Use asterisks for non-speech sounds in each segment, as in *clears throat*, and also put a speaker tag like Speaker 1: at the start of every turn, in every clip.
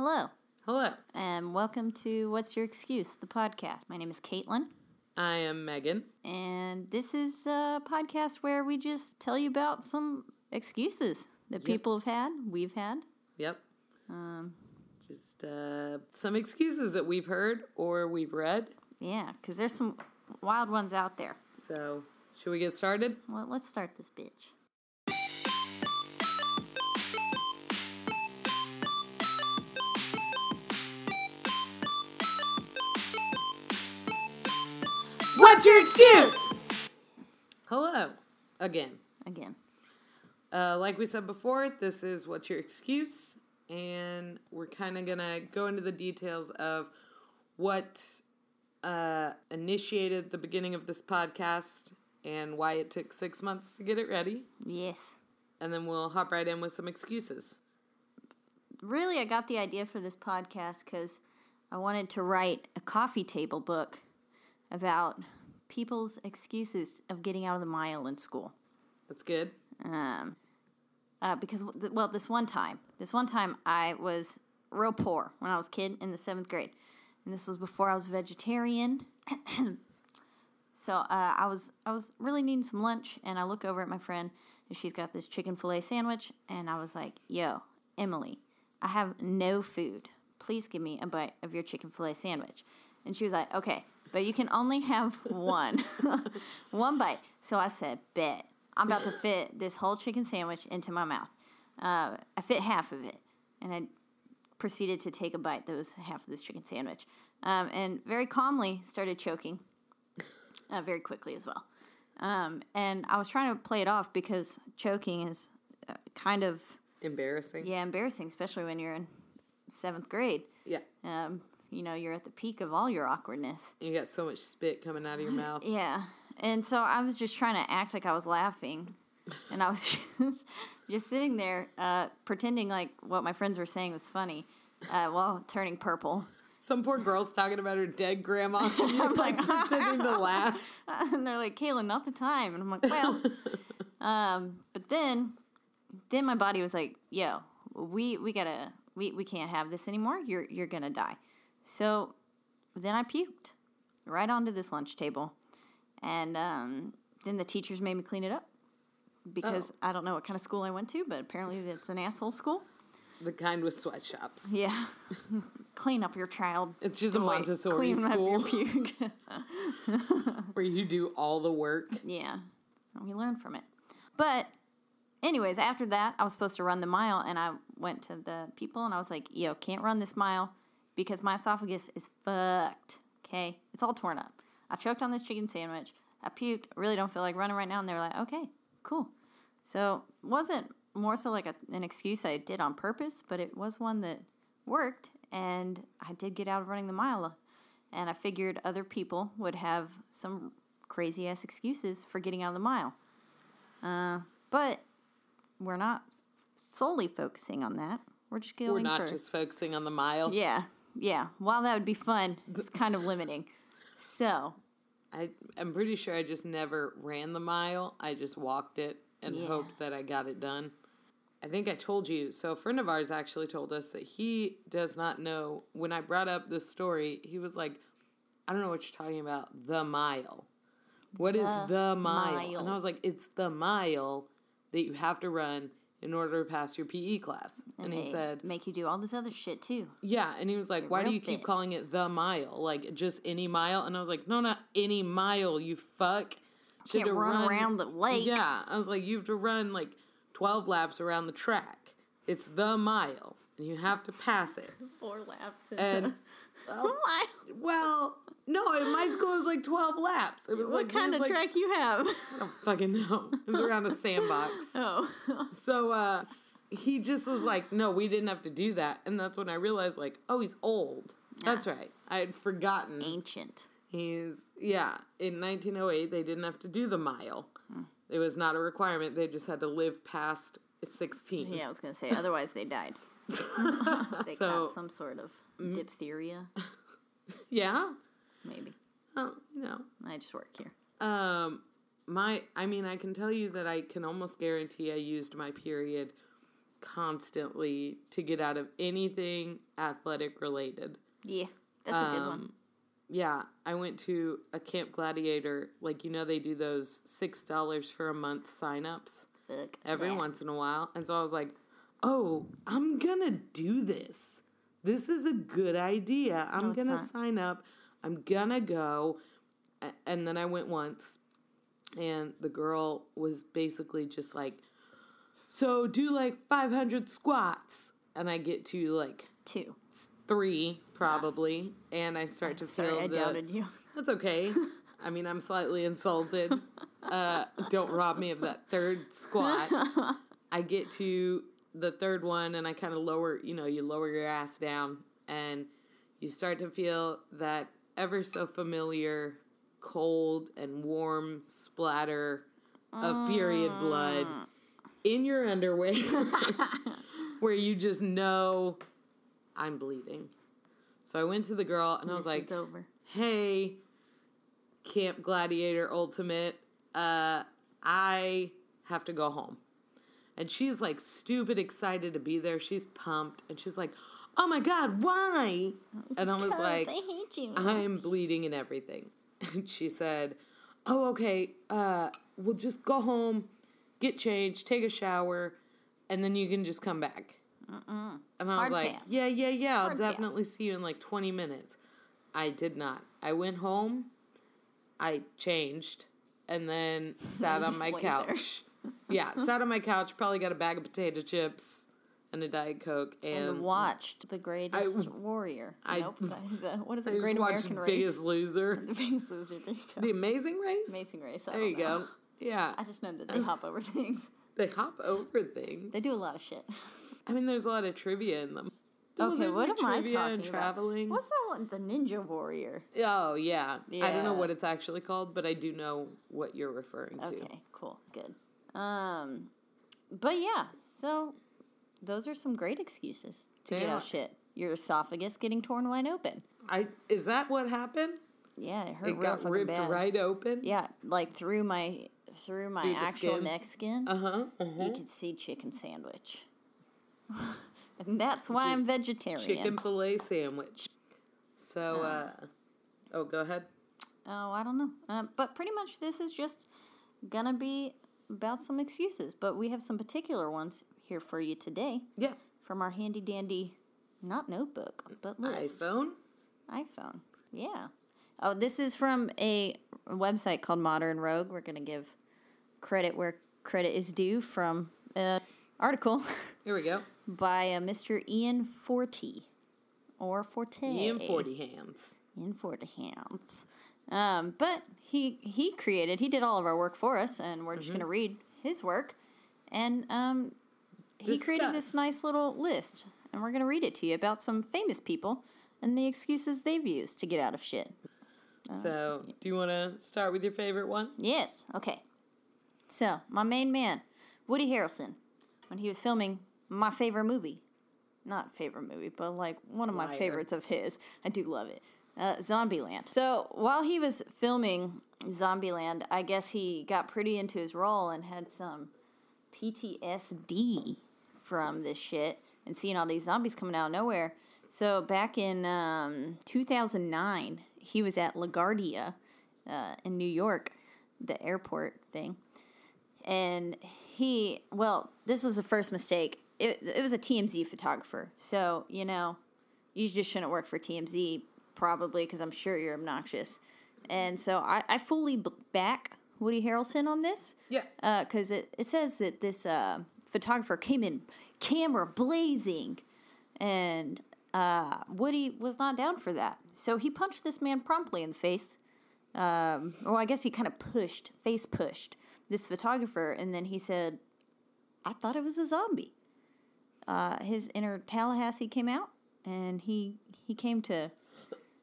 Speaker 1: Hello,
Speaker 2: Hello,
Speaker 1: and welcome to What's Your Excuse, the podcast. My name is Caitlin,
Speaker 2: I am Megan.
Speaker 1: and this is a podcast where we just tell you about some excuses that people have had, we've had.
Speaker 2: Yep. Um, Just uh, some excuses that we've heard or we've read.
Speaker 1: Yeah, because there's some wild ones out there.
Speaker 2: So, should we get started?
Speaker 1: Well, let's start this bitch.
Speaker 2: What's your excuse? Hello, again.
Speaker 1: Again.
Speaker 2: Uh, like we said before, this is What's Your Excuse? And we're kind of going to go into the details of what uh, initiated the beginning of this podcast and why it took six months to get it ready.
Speaker 1: Yes.
Speaker 2: And then we'll hop right in with some excuses.
Speaker 1: Really, I got the idea for this podcast because I wanted to write a coffee table book about people's excuses of getting out of the mile in school.
Speaker 2: That's good.
Speaker 1: um, uh, because w- th- well, this one time, this one time I was real poor when I was a kid in the seventh grade, and this was before I was vegetarian. *coughs* so uh, I was I was really needing some lunch, and I look over at my friend, and she's got this chicken fillet sandwich, and I was like, "Yo, Emily, I have no food. Please give me a bite of your chicken fillet sandwich." And she was like, "Okay, but you can only have *laughs* one, one bite." So I said, "Bet." I'm about to fit this whole chicken sandwich into my mouth. Uh, I fit half of it, and I proceeded to take a bite that was half of this chicken sandwich, um, and very calmly started choking, uh, very quickly as well. Um, and I was trying to play it off because choking is uh, kind of
Speaker 2: Embarrassing.
Speaker 1: yeah embarrassing, especially when you're in seventh grade.
Speaker 2: Yeah.
Speaker 1: Um, you know, you're at the peak of all your awkwardness.
Speaker 2: You got so much spit coming out of your mouth.
Speaker 1: Yeah. And so I was just trying to act like I was laughing. And I was *laughs* just, just sitting there uh, pretending like what my friends were saying was funny uh, while turning purple.
Speaker 2: Some poor girl's talking about her
Speaker 1: *laughs*
Speaker 2: dead grandma. *laughs* and You're like pretending to laugh.
Speaker 1: and they're like, Kayla, not the time. And I'm like,
Speaker 2: *laughs*
Speaker 1: well. um, but then, then my body was like, yo, we, we gotta, we, we can't have this anymore. You're, you're gonna die. So then I puked right onto this lunch table. And um, then the teachers made me clean it up because
Speaker 2: Oh.
Speaker 1: I don't know what kind of school I went to, but
Speaker 2: *laughs*
Speaker 1: apparently it's an asshole school.
Speaker 2: The kind with sweatshops.
Speaker 1: Yeah. *laughs* clean up your child.
Speaker 2: It's just a
Speaker 1: Boy,
Speaker 2: Montessori
Speaker 1: clean *laughs*
Speaker 2: school
Speaker 1: Up your puke.
Speaker 2: where you do all the work.
Speaker 1: Yeah. We learned from it. But, anyways, after that, I was supposed to run the mile, and I went to the people and I was like, yo, can't run this mile because my esophagus is fucked. Okay. It's all torn up. I choked on this chicken sandwich. I puked. I really don't feel like running right now. And they were like, okay, cool. So, wasn't more so like a, an excuse I did on purpose, but it was one that worked, and I did get out of running the mile. And I figured other people would have some crazy ass excuses for getting out of the mile. Uh, but we're not solely focusing on that. We're just going
Speaker 2: We're not
Speaker 1: for
Speaker 2: just focusing on the mile.
Speaker 1: yeah, yeah. While that would be fun, it's kind of limiting. So
Speaker 2: I, I'm pretty sure I just never ran the mile. I just walked it and
Speaker 1: Yeah.
Speaker 2: hoped that I got it done. I think I told you. So, a friend of ours actually told us that he does not know. When I brought up this story, he was like, I don't know what you're talking about. The mile. What is the, mile? And I
Speaker 1: mile.
Speaker 2: was like, it's the mile that you have to run in order to pass your PE class. And, he
Speaker 1: they
Speaker 2: *laughs* said,
Speaker 1: make you do all this other shit too.
Speaker 2: Yeah, and he was like, "Why do
Speaker 1: real
Speaker 2: you keep
Speaker 1: thin.
Speaker 2: calling it the mile? Like just any mile?" And I was like, "No, not any mile, you fuck. You
Speaker 1: Can't run around the lake.
Speaker 2: Yeah, I was like, "You have to run like twelve laps around the track. It's the mile, and you have to pass it."
Speaker 1: Four laps.
Speaker 2: And well, no, in my school it was like twelve laps. It was
Speaker 1: What
Speaker 2: like
Speaker 1: kind
Speaker 2: we
Speaker 1: of
Speaker 2: had, like,
Speaker 1: track you have?
Speaker 2: I don't fucking *laughs* know. It was around a sandbox.
Speaker 1: *laughs* oh,
Speaker 2: So uh, he just was like, "No, we didn't have to do that," and that's when I realized, like, oh, he's old. That's right. I had forgotten.
Speaker 1: *laughs* ancient.
Speaker 2: He's yeah. In 1908, they didn't have to do the mile.
Speaker 1: Hmm.
Speaker 2: It was not a requirement. They just had to live past 16.
Speaker 1: Yeah, I was gonna
Speaker 2: *laughs*
Speaker 1: say. Otherwise, they died. they
Speaker 2: So- Mm-hmm.
Speaker 1: got some sort of diphtheria,
Speaker 2: Yeah.
Speaker 1: maybe.
Speaker 2: Oh, you know.
Speaker 1: I just work here.
Speaker 2: Um, my, I mean, I can tell you that I can almost guarantee I used my period constantly to get out of anything athletic related.
Speaker 1: Yeah, that's a good one.
Speaker 2: Um, Yeah, I went to a Camp Gladiator. Like, you know, they do those $6 for a month sign ups
Speaker 1: Fuck
Speaker 2: every
Speaker 1: that.
Speaker 2: once in a while. And so I was like, oh, I'm going to do this. This is a good idea. I'm going to sign up. I'm going to go. A- And then I went once, and the girl was basically just like, so do like 500 squats. And I get to like
Speaker 1: Two.
Speaker 2: three probably, and I start to feel.
Speaker 1: Sorry, I
Speaker 2: the-
Speaker 1: doubted you.
Speaker 2: That's okay. I mean, I'm slightly insulted. Uh, don't rob me of that third squat. I get to the third one, and I kind of lower. You know, you lower your ass down, and you start to feel that ever so familiar cold and warm splatter of period blood in your underwear where you just know I'm bleeding. So I went to the girl and I was
Speaker 1: This
Speaker 2: like,
Speaker 1: is over.
Speaker 2: hey, Camp Gladiator Ultimate, uh, I have to go home. And she's like stupid excited to be there. She's pumped and she's like, oh my God, why? And I was like,
Speaker 1: I hate you.
Speaker 2: I'm bleeding and everything. *laughs* And she said, Oh, okay, uh, we'll just go home, get changed, take a shower, and then you can just come back. And I
Speaker 1: Uh-uh. Hard
Speaker 2: was like,
Speaker 1: pass.
Speaker 2: Yeah, yeah, yeah, I'll
Speaker 1: Hard pass.
Speaker 2: definitely see you in like 20 minutes. I did not. I went home, I changed, and then
Speaker 1: *laughs*
Speaker 2: sat on
Speaker 1: just
Speaker 2: my
Speaker 1: laid there. *laughs*
Speaker 2: couch. yeah, sat on my couch, probably got a bag of potato chips and a Diet Coke and,
Speaker 1: and watched the greatest warrior.
Speaker 2: I- *laughs*
Speaker 1: nope. That is a, what is
Speaker 2: I
Speaker 1: it?
Speaker 2: just
Speaker 1: Great
Speaker 2: watched
Speaker 1: American Race.
Speaker 2: Biggest Loser.
Speaker 1: *laughs* The Biggest Loser. There you go.
Speaker 2: The Amazing Race?
Speaker 1: Amazing Race. I
Speaker 2: There
Speaker 1: don't
Speaker 2: you
Speaker 1: know.
Speaker 2: go. Yeah.
Speaker 1: I just know that they hop over things.
Speaker 2: They hop over things.
Speaker 1: They do a lot of shit.
Speaker 2: I mean, there's a lot of trivia in them. Well,
Speaker 1: Okay,
Speaker 2: there's,
Speaker 1: what
Speaker 2: like,
Speaker 1: am I
Speaker 2: trivia
Speaker 1: talking
Speaker 2: and traveling.
Speaker 1: about? What's that one? The Ninja Warrior.
Speaker 2: Oh, yeah. I don't
Speaker 1: Yeah.
Speaker 2: know what it's actually called, but I do know what you're referring to.
Speaker 1: Okay, cool, good. Um, but yeah, so those are some great excuses to
Speaker 2: They
Speaker 1: get
Speaker 2: are.
Speaker 1: out shit. Your esophagus getting torn wide open.
Speaker 2: I Is that what happened?
Speaker 1: Yeah, it hurt
Speaker 2: It
Speaker 1: real
Speaker 2: got
Speaker 1: fucking
Speaker 2: ripped
Speaker 1: bad.
Speaker 2: right open?
Speaker 1: Yeah, like through my through my
Speaker 2: Through the
Speaker 1: actual
Speaker 2: skin?
Speaker 1: neck skin,
Speaker 2: Uh huh.
Speaker 1: you could see chicken sandwich. *laughs* and that's why I'm
Speaker 2: Just
Speaker 1: vegetarian.
Speaker 2: Chicken filet sandwich. So, uh, oh, go ahead.
Speaker 1: Oh, I don't know. Uh, but pretty much this is just gonna be about some excuses, but we have some particular ones here for you today.
Speaker 2: Yeah.
Speaker 1: from our handy dandy, not notebook, but list.
Speaker 2: iPhone?
Speaker 1: iPhone. Yeah. Oh, this is from a website called Modern Rogue. We're going to give credit where credit is due from an article *laughs*
Speaker 2: Here we go.
Speaker 1: by uh, Mr. Ian Forte. Or Forte.
Speaker 2: Ian 40 hands.
Speaker 1: Ian Forte hands. Um, but he he created, he did all of our work for us, and we're just going to read his work. And um, he created
Speaker 2: Discuss.
Speaker 1: this nice little list, and we're going to read it to you about some famous people and the excuses they've used to get out of shit. Oh,
Speaker 2: So, do you want to start with your favorite one?
Speaker 1: Yes, okay. So, my main man, Woody Harrelson, when he was filming my favorite movie, not favorite movie, but like one of my
Speaker 2: Liar.
Speaker 1: favorites of his, I do love it, uh, Zombieland. So, while he was filming Zombieland, I guess he got pretty into his role and had some PTSD from this shit and seeing all these zombies coming out of nowhere. So back in um, 2009, he was at LaGuardia uh, in New York, the airport thing, and he well this was the first mistake it, it was a tmz photographer so you know you just shouldn't work for tmz probably because i'm sure you're obnoxious and so i, I fully b- back woody harrelson on this
Speaker 2: Yeah.
Speaker 1: because it, it says that this uh, photographer came in camera blazing and uh, woody was not down for that so he punched this man promptly in the face um, well, I guess he kind of pushed, face pushed this photographer, and then he said, "I thought it was a zombie." Uh, his inner Tallahassee came out, and he he came to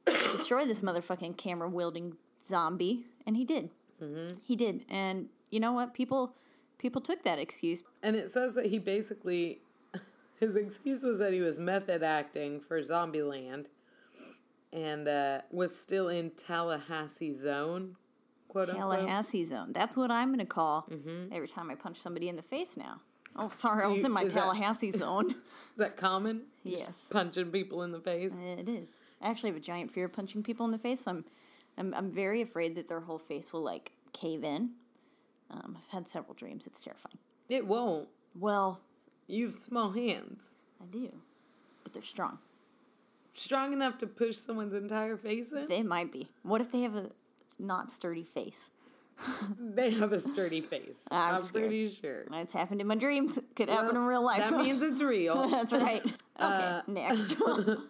Speaker 1: destroy this motherfucking camera wielding zombie, and he did.
Speaker 2: Mm-hmm.
Speaker 1: He did, and you know what? People people took that excuse.
Speaker 2: And it says that he basically, *laughs* his excuse was that he was method acting for Zombieland and uh, was still in Tallahassee zone, quote unquote.
Speaker 1: Tallahassee zone. That's what I'm gonna call every time I punch somebody in the face now. Oh, sorry, I was
Speaker 2: Mm-hmm. you-
Speaker 1: in my
Speaker 2: is that-
Speaker 1: Tallahassee zone. *laughs*
Speaker 2: Is that common? You're just
Speaker 1: Yes.
Speaker 2: punching people in the face.
Speaker 1: It is. I actually have a giant fear of punching people in the face. I'm, I'm, I'm very afraid that their whole face will like cave in. Um, I've had several dreams. It's terrifying.
Speaker 2: It won't.
Speaker 1: Well,
Speaker 2: You have small hands.
Speaker 1: I do, but they're strong.
Speaker 2: Strong enough to push someone's entire face in?
Speaker 1: They might be. What if they have a not sturdy face?
Speaker 2: They have a sturdy face.
Speaker 1: I'm
Speaker 2: I'm,
Speaker 1: scared.
Speaker 2: pretty sure.
Speaker 1: It's happened in my dreams. Could happen in real life. *laughs*
Speaker 2: That means it's Uh, real.
Speaker 1: That's
Speaker 2: *laughs*
Speaker 1: right. Okay, next.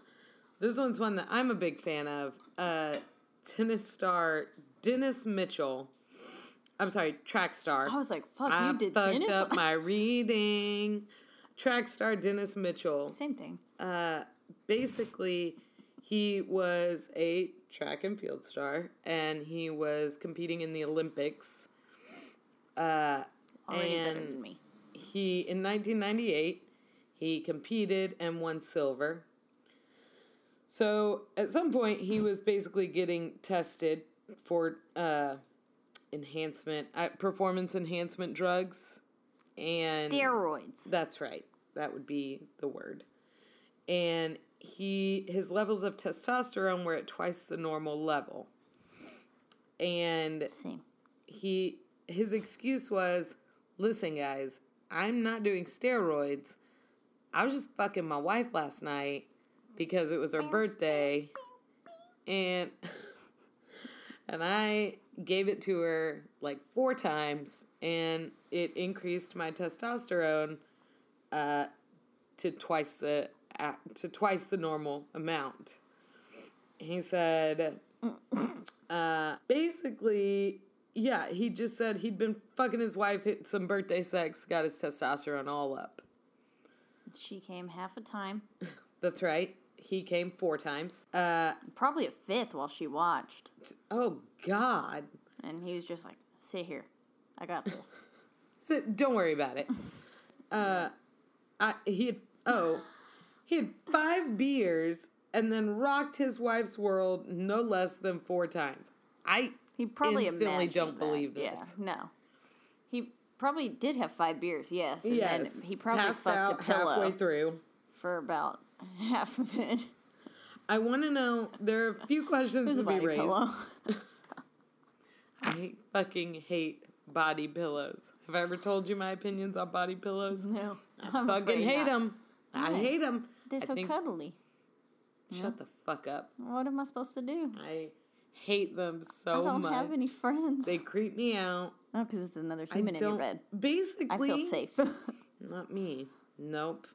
Speaker 1: *laughs*
Speaker 2: this one's one that I'm a big fan of. Uh, tennis star Dennis Mitchell. I'm sorry, track star.
Speaker 1: I was like, fuck,
Speaker 2: I
Speaker 1: you did
Speaker 2: fucked
Speaker 1: tennis? *laughs*
Speaker 2: up my reading. Track star Dennis Mitchell.
Speaker 1: Same thing.
Speaker 2: uh, basically, he was a track and field star, and he was competing in the Olympics. Uh,
Speaker 1: Already better
Speaker 2: and
Speaker 1: than me.
Speaker 2: he, in 1998, he competed and won silver. So at some point, he was basically getting tested for uh, enhancement, uh, performance enhancement drugs, and
Speaker 1: Steroids.
Speaker 2: that's right. That would be the word. And he his levels of testosterone were at twice the normal level. And
Speaker 1: Same.
Speaker 2: he his excuse was, "Listen guys, I'm not doing steroids. I was just fucking my wife last night because it was her birthday." And *laughs* and I gave it to her like four times and it increased my testosterone uh, to twice the uh, to twice the normal amount. He said, uh, basically, yeah. He just said he'd been fucking his wife, hit some birthday sex, got his testosterone all up.
Speaker 1: She came half a time,
Speaker 2: That's right. He came four times. Uh,
Speaker 1: probably a fifth while she watched.
Speaker 2: oh God.
Speaker 1: And he was just like, sit here. I got this.
Speaker 2: So, don't worry
Speaker 1: *laughs*
Speaker 2: about it. Uh, I, he had oh, he had five beers and then rocked his wife's world no less than four times. I
Speaker 1: He probably
Speaker 2: instantly
Speaker 1: imagined
Speaker 2: don't
Speaker 1: that.
Speaker 2: believe this.
Speaker 1: Yeah, no. He probably did have five beers, yes. And
Speaker 2: Yes,
Speaker 1: then he probably
Speaker 2: passed
Speaker 1: fucked
Speaker 2: out
Speaker 1: a pillow
Speaker 2: halfway through.
Speaker 1: for about *laughs* half of it. It
Speaker 2: I want to know. There are a few questions
Speaker 1: was
Speaker 2: to
Speaker 1: a
Speaker 2: be
Speaker 1: body
Speaker 2: raised.
Speaker 1: pillow.
Speaker 2: I fucking hate body pillows. Have I ever told you my opinions on body pillows?
Speaker 1: No.
Speaker 2: I
Speaker 1: I'm
Speaker 2: fucking
Speaker 1: afraid
Speaker 2: hate
Speaker 1: not.
Speaker 2: them. I
Speaker 1: Why?
Speaker 2: hate them.
Speaker 1: They're so cuddly.
Speaker 2: Shut the fuck up.
Speaker 1: What am I supposed to do?
Speaker 2: I hate them so
Speaker 1: I don't
Speaker 2: much.
Speaker 1: have any friends.
Speaker 2: They creep me out.
Speaker 1: oh, because it's another
Speaker 2: I
Speaker 1: human in your
Speaker 2: don't-
Speaker 1: bed. I
Speaker 2: Basically,
Speaker 1: feel safe. *laughs*
Speaker 2: Not me. Nope.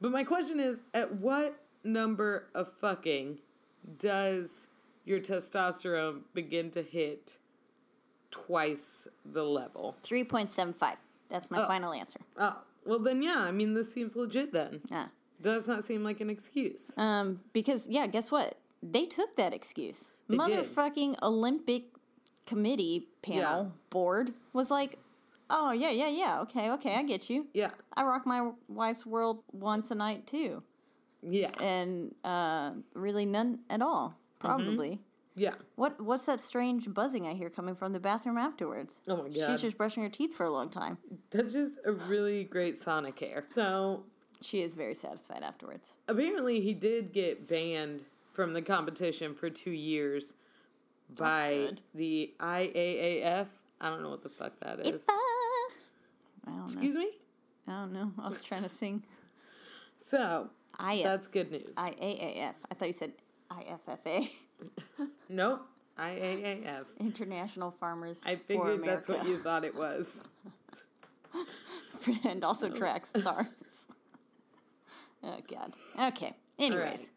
Speaker 2: But my question is, at what number of fucking does your testosterone begin to hit twice the level?
Speaker 1: 3.75. That's my final answer.
Speaker 2: Oh, well then, yeah. I mean, this seems legit then.
Speaker 1: Yeah.
Speaker 2: Does not seem like an excuse.
Speaker 1: Um, because yeah, guess what? They took that excuse.
Speaker 2: They did.
Speaker 1: Motherfucking Olympic committee panel board was like, "Oh yeah, yeah, yeah. Okay, okay, I get you.
Speaker 2: yeah,
Speaker 1: I rock my wife's world once a night too,
Speaker 2: yeah,
Speaker 1: and uh, really none at all,
Speaker 2: Mm-hmm.
Speaker 1: probably."
Speaker 2: yeah.
Speaker 1: What what's that strange buzzing I hear coming from the bathroom afterwards?
Speaker 2: Oh my God.
Speaker 1: She's just brushing her teeth for a long time.
Speaker 2: That's just a really great Sonic hair. So
Speaker 1: She is very satisfied afterwards.
Speaker 2: apparently, he did get banned from the competition for two years by
Speaker 1: good.
Speaker 2: the IAAF. I don't know what the fuck that is.
Speaker 1: Ah. I don't
Speaker 2: Excuse me?
Speaker 1: know. I don't know. I was trying to sing.
Speaker 2: So,
Speaker 1: IF.
Speaker 2: that's good news.
Speaker 1: I A A F. I thought you said I F F A. *laughs*
Speaker 2: Nope. IAAF.
Speaker 1: International Farmers
Speaker 2: I
Speaker 1: for
Speaker 2: figured
Speaker 1: America.
Speaker 2: that's what you thought it was.
Speaker 1: *laughs* and also tracks
Speaker 2: *laughs*
Speaker 1: stars. oh God. Okay. Anyways,
Speaker 2: right.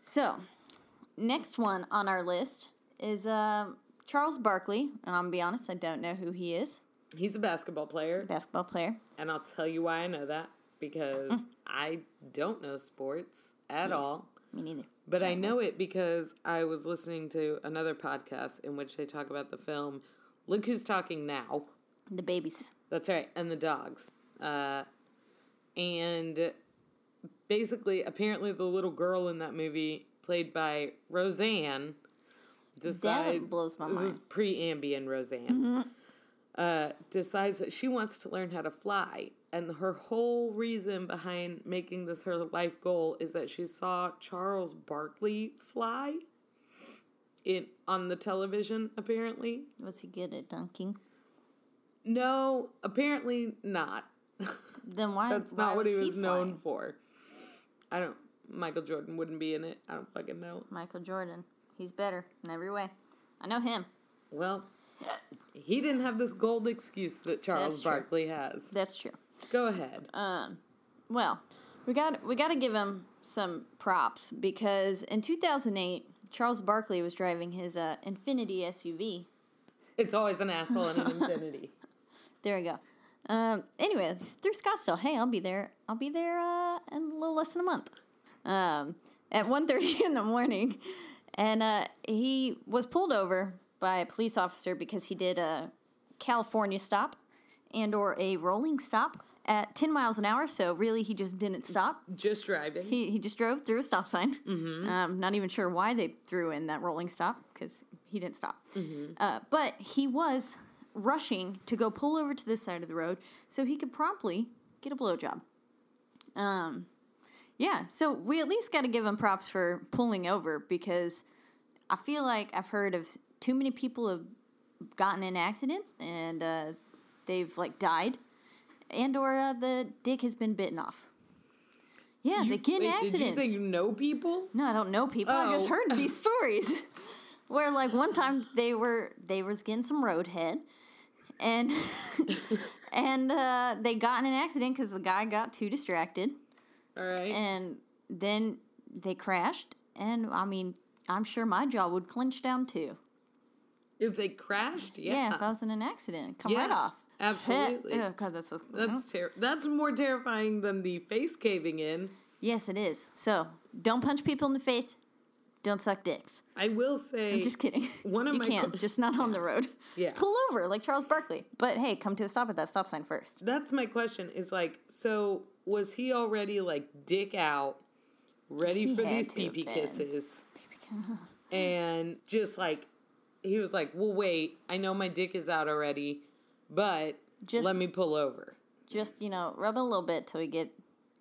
Speaker 1: so next one on our list is uh, Charles Barkley, and I'm gonna be honest, I don't know who he is.
Speaker 2: He's a basketball player,
Speaker 1: Basketball player.
Speaker 2: and I'll tell you why I know that because
Speaker 1: Mm.
Speaker 2: I don't know sports at all.
Speaker 1: Me neither.
Speaker 2: But I know it because I was listening to another podcast in which they talk about the film Look Who's Talking Now.
Speaker 1: The babies.
Speaker 2: That's right, and the dogs. Uh, and basically, apparently, the little girl in that movie, played by Roseanne, decides
Speaker 1: blows my
Speaker 2: this
Speaker 1: mind. Mm-hmm.
Speaker 2: is pre-Ambien Roseanne. Uh, decides that she wants to learn how to fly, and her whole reason behind making this her life goal is that she saw Charles Barkley fly in on the television. Apparently,
Speaker 1: Was he good at dunking?
Speaker 2: no, apparently not.
Speaker 1: Then why?
Speaker 2: That's
Speaker 1: why
Speaker 2: not what he was
Speaker 1: flying?
Speaker 2: known for. I don't. Michael Jordan wouldn't be in it. I don't fucking know.
Speaker 1: Michael Jordan. He's better in every way. I know him.
Speaker 2: Well, he didn't have this gold excuse that
Speaker 1: That's
Speaker 2: Charles
Speaker 1: true. Uh,
Speaker 2: Barkley has.
Speaker 1: That's true.
Speaker 2: Go ahead.
Speaker 1: Well, we got we got to give him some props because in 2008, Charles Barkley was driving his uh, Infinity SUV.
Speaker 2: it's always an
Speaker 1: *laughs*
Speaker 2: asshole in an infinity.
Speaker 1: There we go. Um, anyways, through Scottsdale. Hey, I'll be there. I'll be there uh, in a little less than a month. Um, at 1.30 *laughs* in the morning, and uh, he was pulled over by a police officer because he did a California stop and or a rolling stop at 10 miles an hour. So really, he just didn't stop.
Speaker 2: Just driving.
Speaker 1: He, he just drove through a stop sign. Um, not even sure why they threw in that rolling stop because he didn't stop. Uh, but he was rushing to go pull over to this side of the road so he could promptly get a blowjob. Um, yeah, so we at least got to give him props for pulling over because I feel like I've heard of too many people have gotten in accidents and uh, they've like died and or uh, the dick has been bitten off. Yeah, they get in
Speaker 2: Wait,
Speaker 1: accidents.
Speaker 2: Did you say you know people?
Speaker 1: No, I don't know people. I just
Speaker 2: Oh.
Speaker 1: heard
Speaker 2: *laughs*
Speaker 1: these stories where, like, one time they were they was getting some roadhead,
Speaker 2: *laughs*
Speaker 1: and and uh, they got in an accident because the guy got too distracted,
Speaker 2: All right.
Speaker 1: and then they crashed. And I mean, I'm sure my jaw would clench down too.
Speaker 2: if they crashed, yeah.
Speaker 1: Yeah, if I was in an accident, come right
Speaker 2: Yeah,
Speaker 1: off. *laughs*
Speaker 2: absolutely.
Speaker 1: oh God, that's so.
Speaker 2: that's ter- that's more terrifying than the face caving in.
Speaker 1: Yes, it is. So don't punch people in the face. Don't suck dicks.
Speaker 2: I will say.
Speaker 1: Just kidding.
Speaker 2: One of
Speaker 1: you
Speaker 2: my
Speaker 1: can,
Speaker 2: co-
Speaker 1: just not on the road.
Speaker 2: *laughs* Yeah.
Speaker 1: Pull over like Charles Barkley. But hey, come to a stop at that stop sign first.
Speaker 2: That's my question. Is like, so was he already like dick out, ready
Speaker 1: He
Speaker 2: for
Speaker 1: had
Speaker 2: these
Speaker 1: to
Speaker 2: pee
Speaker 1: have
Speaker 2: pee
Speaker 1: been. *laughs*
Speaker 2: kisses, and just like he was like, well, wait, I know my dick is out already, but
Speaker 1: Just-
Speaker 2: let me pull over.
Speaker 1: Just you know, rub it a little bit till we get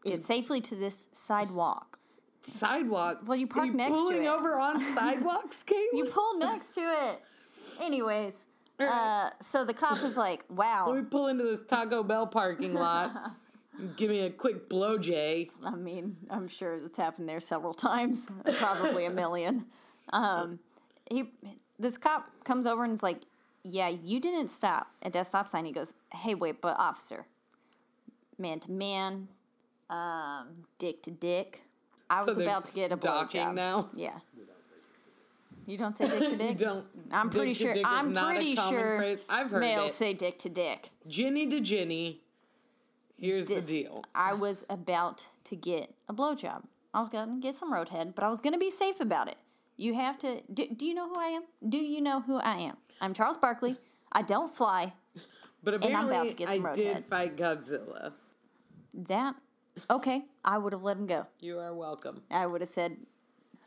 Speaker 1: get safely to this sidewalk.
Speaker 2: Sidewalk.
Speaker 1: Well, you
Speaker 2: Are
Speaker 1: park next to
Speaker 2: pulling
Speaker 1: it. *laughs*
Speaker 2: over on sidewalks, Caitlin.
Speaker 1: You pull next to it. Anyways, uh, so the cop is like,
Speaker 2: let
Speaker 1: "Wow,
Speaker 2: me pull into this Taco Bell
Speaker 1: *laughs*
Speaker 2: parking lot. Give me a quick blow, Jay.
Speaker 1: I mean, I'm sure it's happened there several times, *laughs* probably a million. Um, he, this cop comes over and is like, "Yeah, you didn't stop at that stop sign." He goes, "Hey, wait, but officer, man to man, um, dick to dick, I
Speaker 2: So
Speaker 1: was
Speaker 2: they're
Speaker 1: about to get a
Speaker 2: stalking
Speaker 1: blowjob
Speaker 2: now?
Speaker 1: Yeah, you don't say
Speaker 2: *laughs*
Speaker 1: dick to dick.
Speaker 2: Don't.
Speaker 1: I'm
Speaker 2: dick
Speaker 1: pretty
Speaker 2: to
Speaker 1: sure.
Speaker 2: dick is
Speaker 1: I'm
Speaker 2: not a
Speaker 1: pretty
Speaker 2: common
Speaker 1: sure.
Speaker 2: phrase. I've heard
Speaker 1: males
Speaker 2: it.
Speaker 1: say dick to dick.
Speaker 2: Ginny to Ginny. Here's
Speaker 1: this-
Speaker 2: the deal.
Speaker 1: I was about to get a blowjob. I was going to get some roadhead, but I was going to be safe about it. You have to. Do, do you know who I am? Do you know who I am? I'm Charles Barkley. I don't fly.
Speaker 2: But
Speaker 1: I'm
Speaker 2: apparently,
Speaker 1: about to get some
Speaker 2: I did
Speaker 1: roadhead.
Speaker 2: fight Godzilla.
Speaker 1: That. Okay, I would have let him go.
Speaker 2: You are welcome.
Speaker 1: I would have said,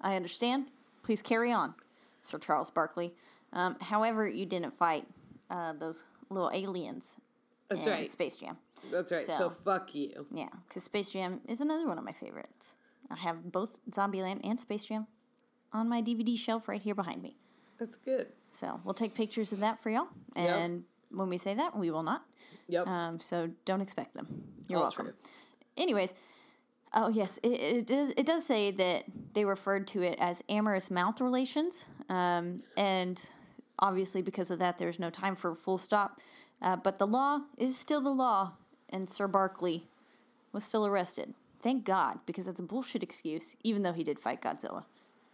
Speaker 1: I understand. Please carry on, Sir Charles Barkley. Um, however, you didn't fight uh, those little aliens
Speaker 2: That's
Speaker 1: in
Speaker 2: right.
Speaker 1: Space Jam.
Speaker 2: That's right. So,
Speaker 1: So-
Speaker 2: fuck you.
Speaker 1: Yeah, because Space Jam is another one of my favorites. I have both Zombieland and Space Jam on my DVD shelf right here behind me.
Speaker 2: That's good.
Speaker 1: So we'll take pictures of that for y'all and when we say that, we will not.
Speaker 2: Yep.
Speaker 1: Um, so don't expect them. You're
Speaker 2: All
Speaker 1: welcome.
Speaker 2: true.
Speaker 1: Anyways, oh yes, it, it does. It does say that they referred to it as amorous mouth relations, um, and obviously because of that, there's no time for a full stop. Uh, but the law is still the law, and Sir Barkley was still arrested. Thank God, because that's a bullshit excuse. Even though he did fight Godzilla,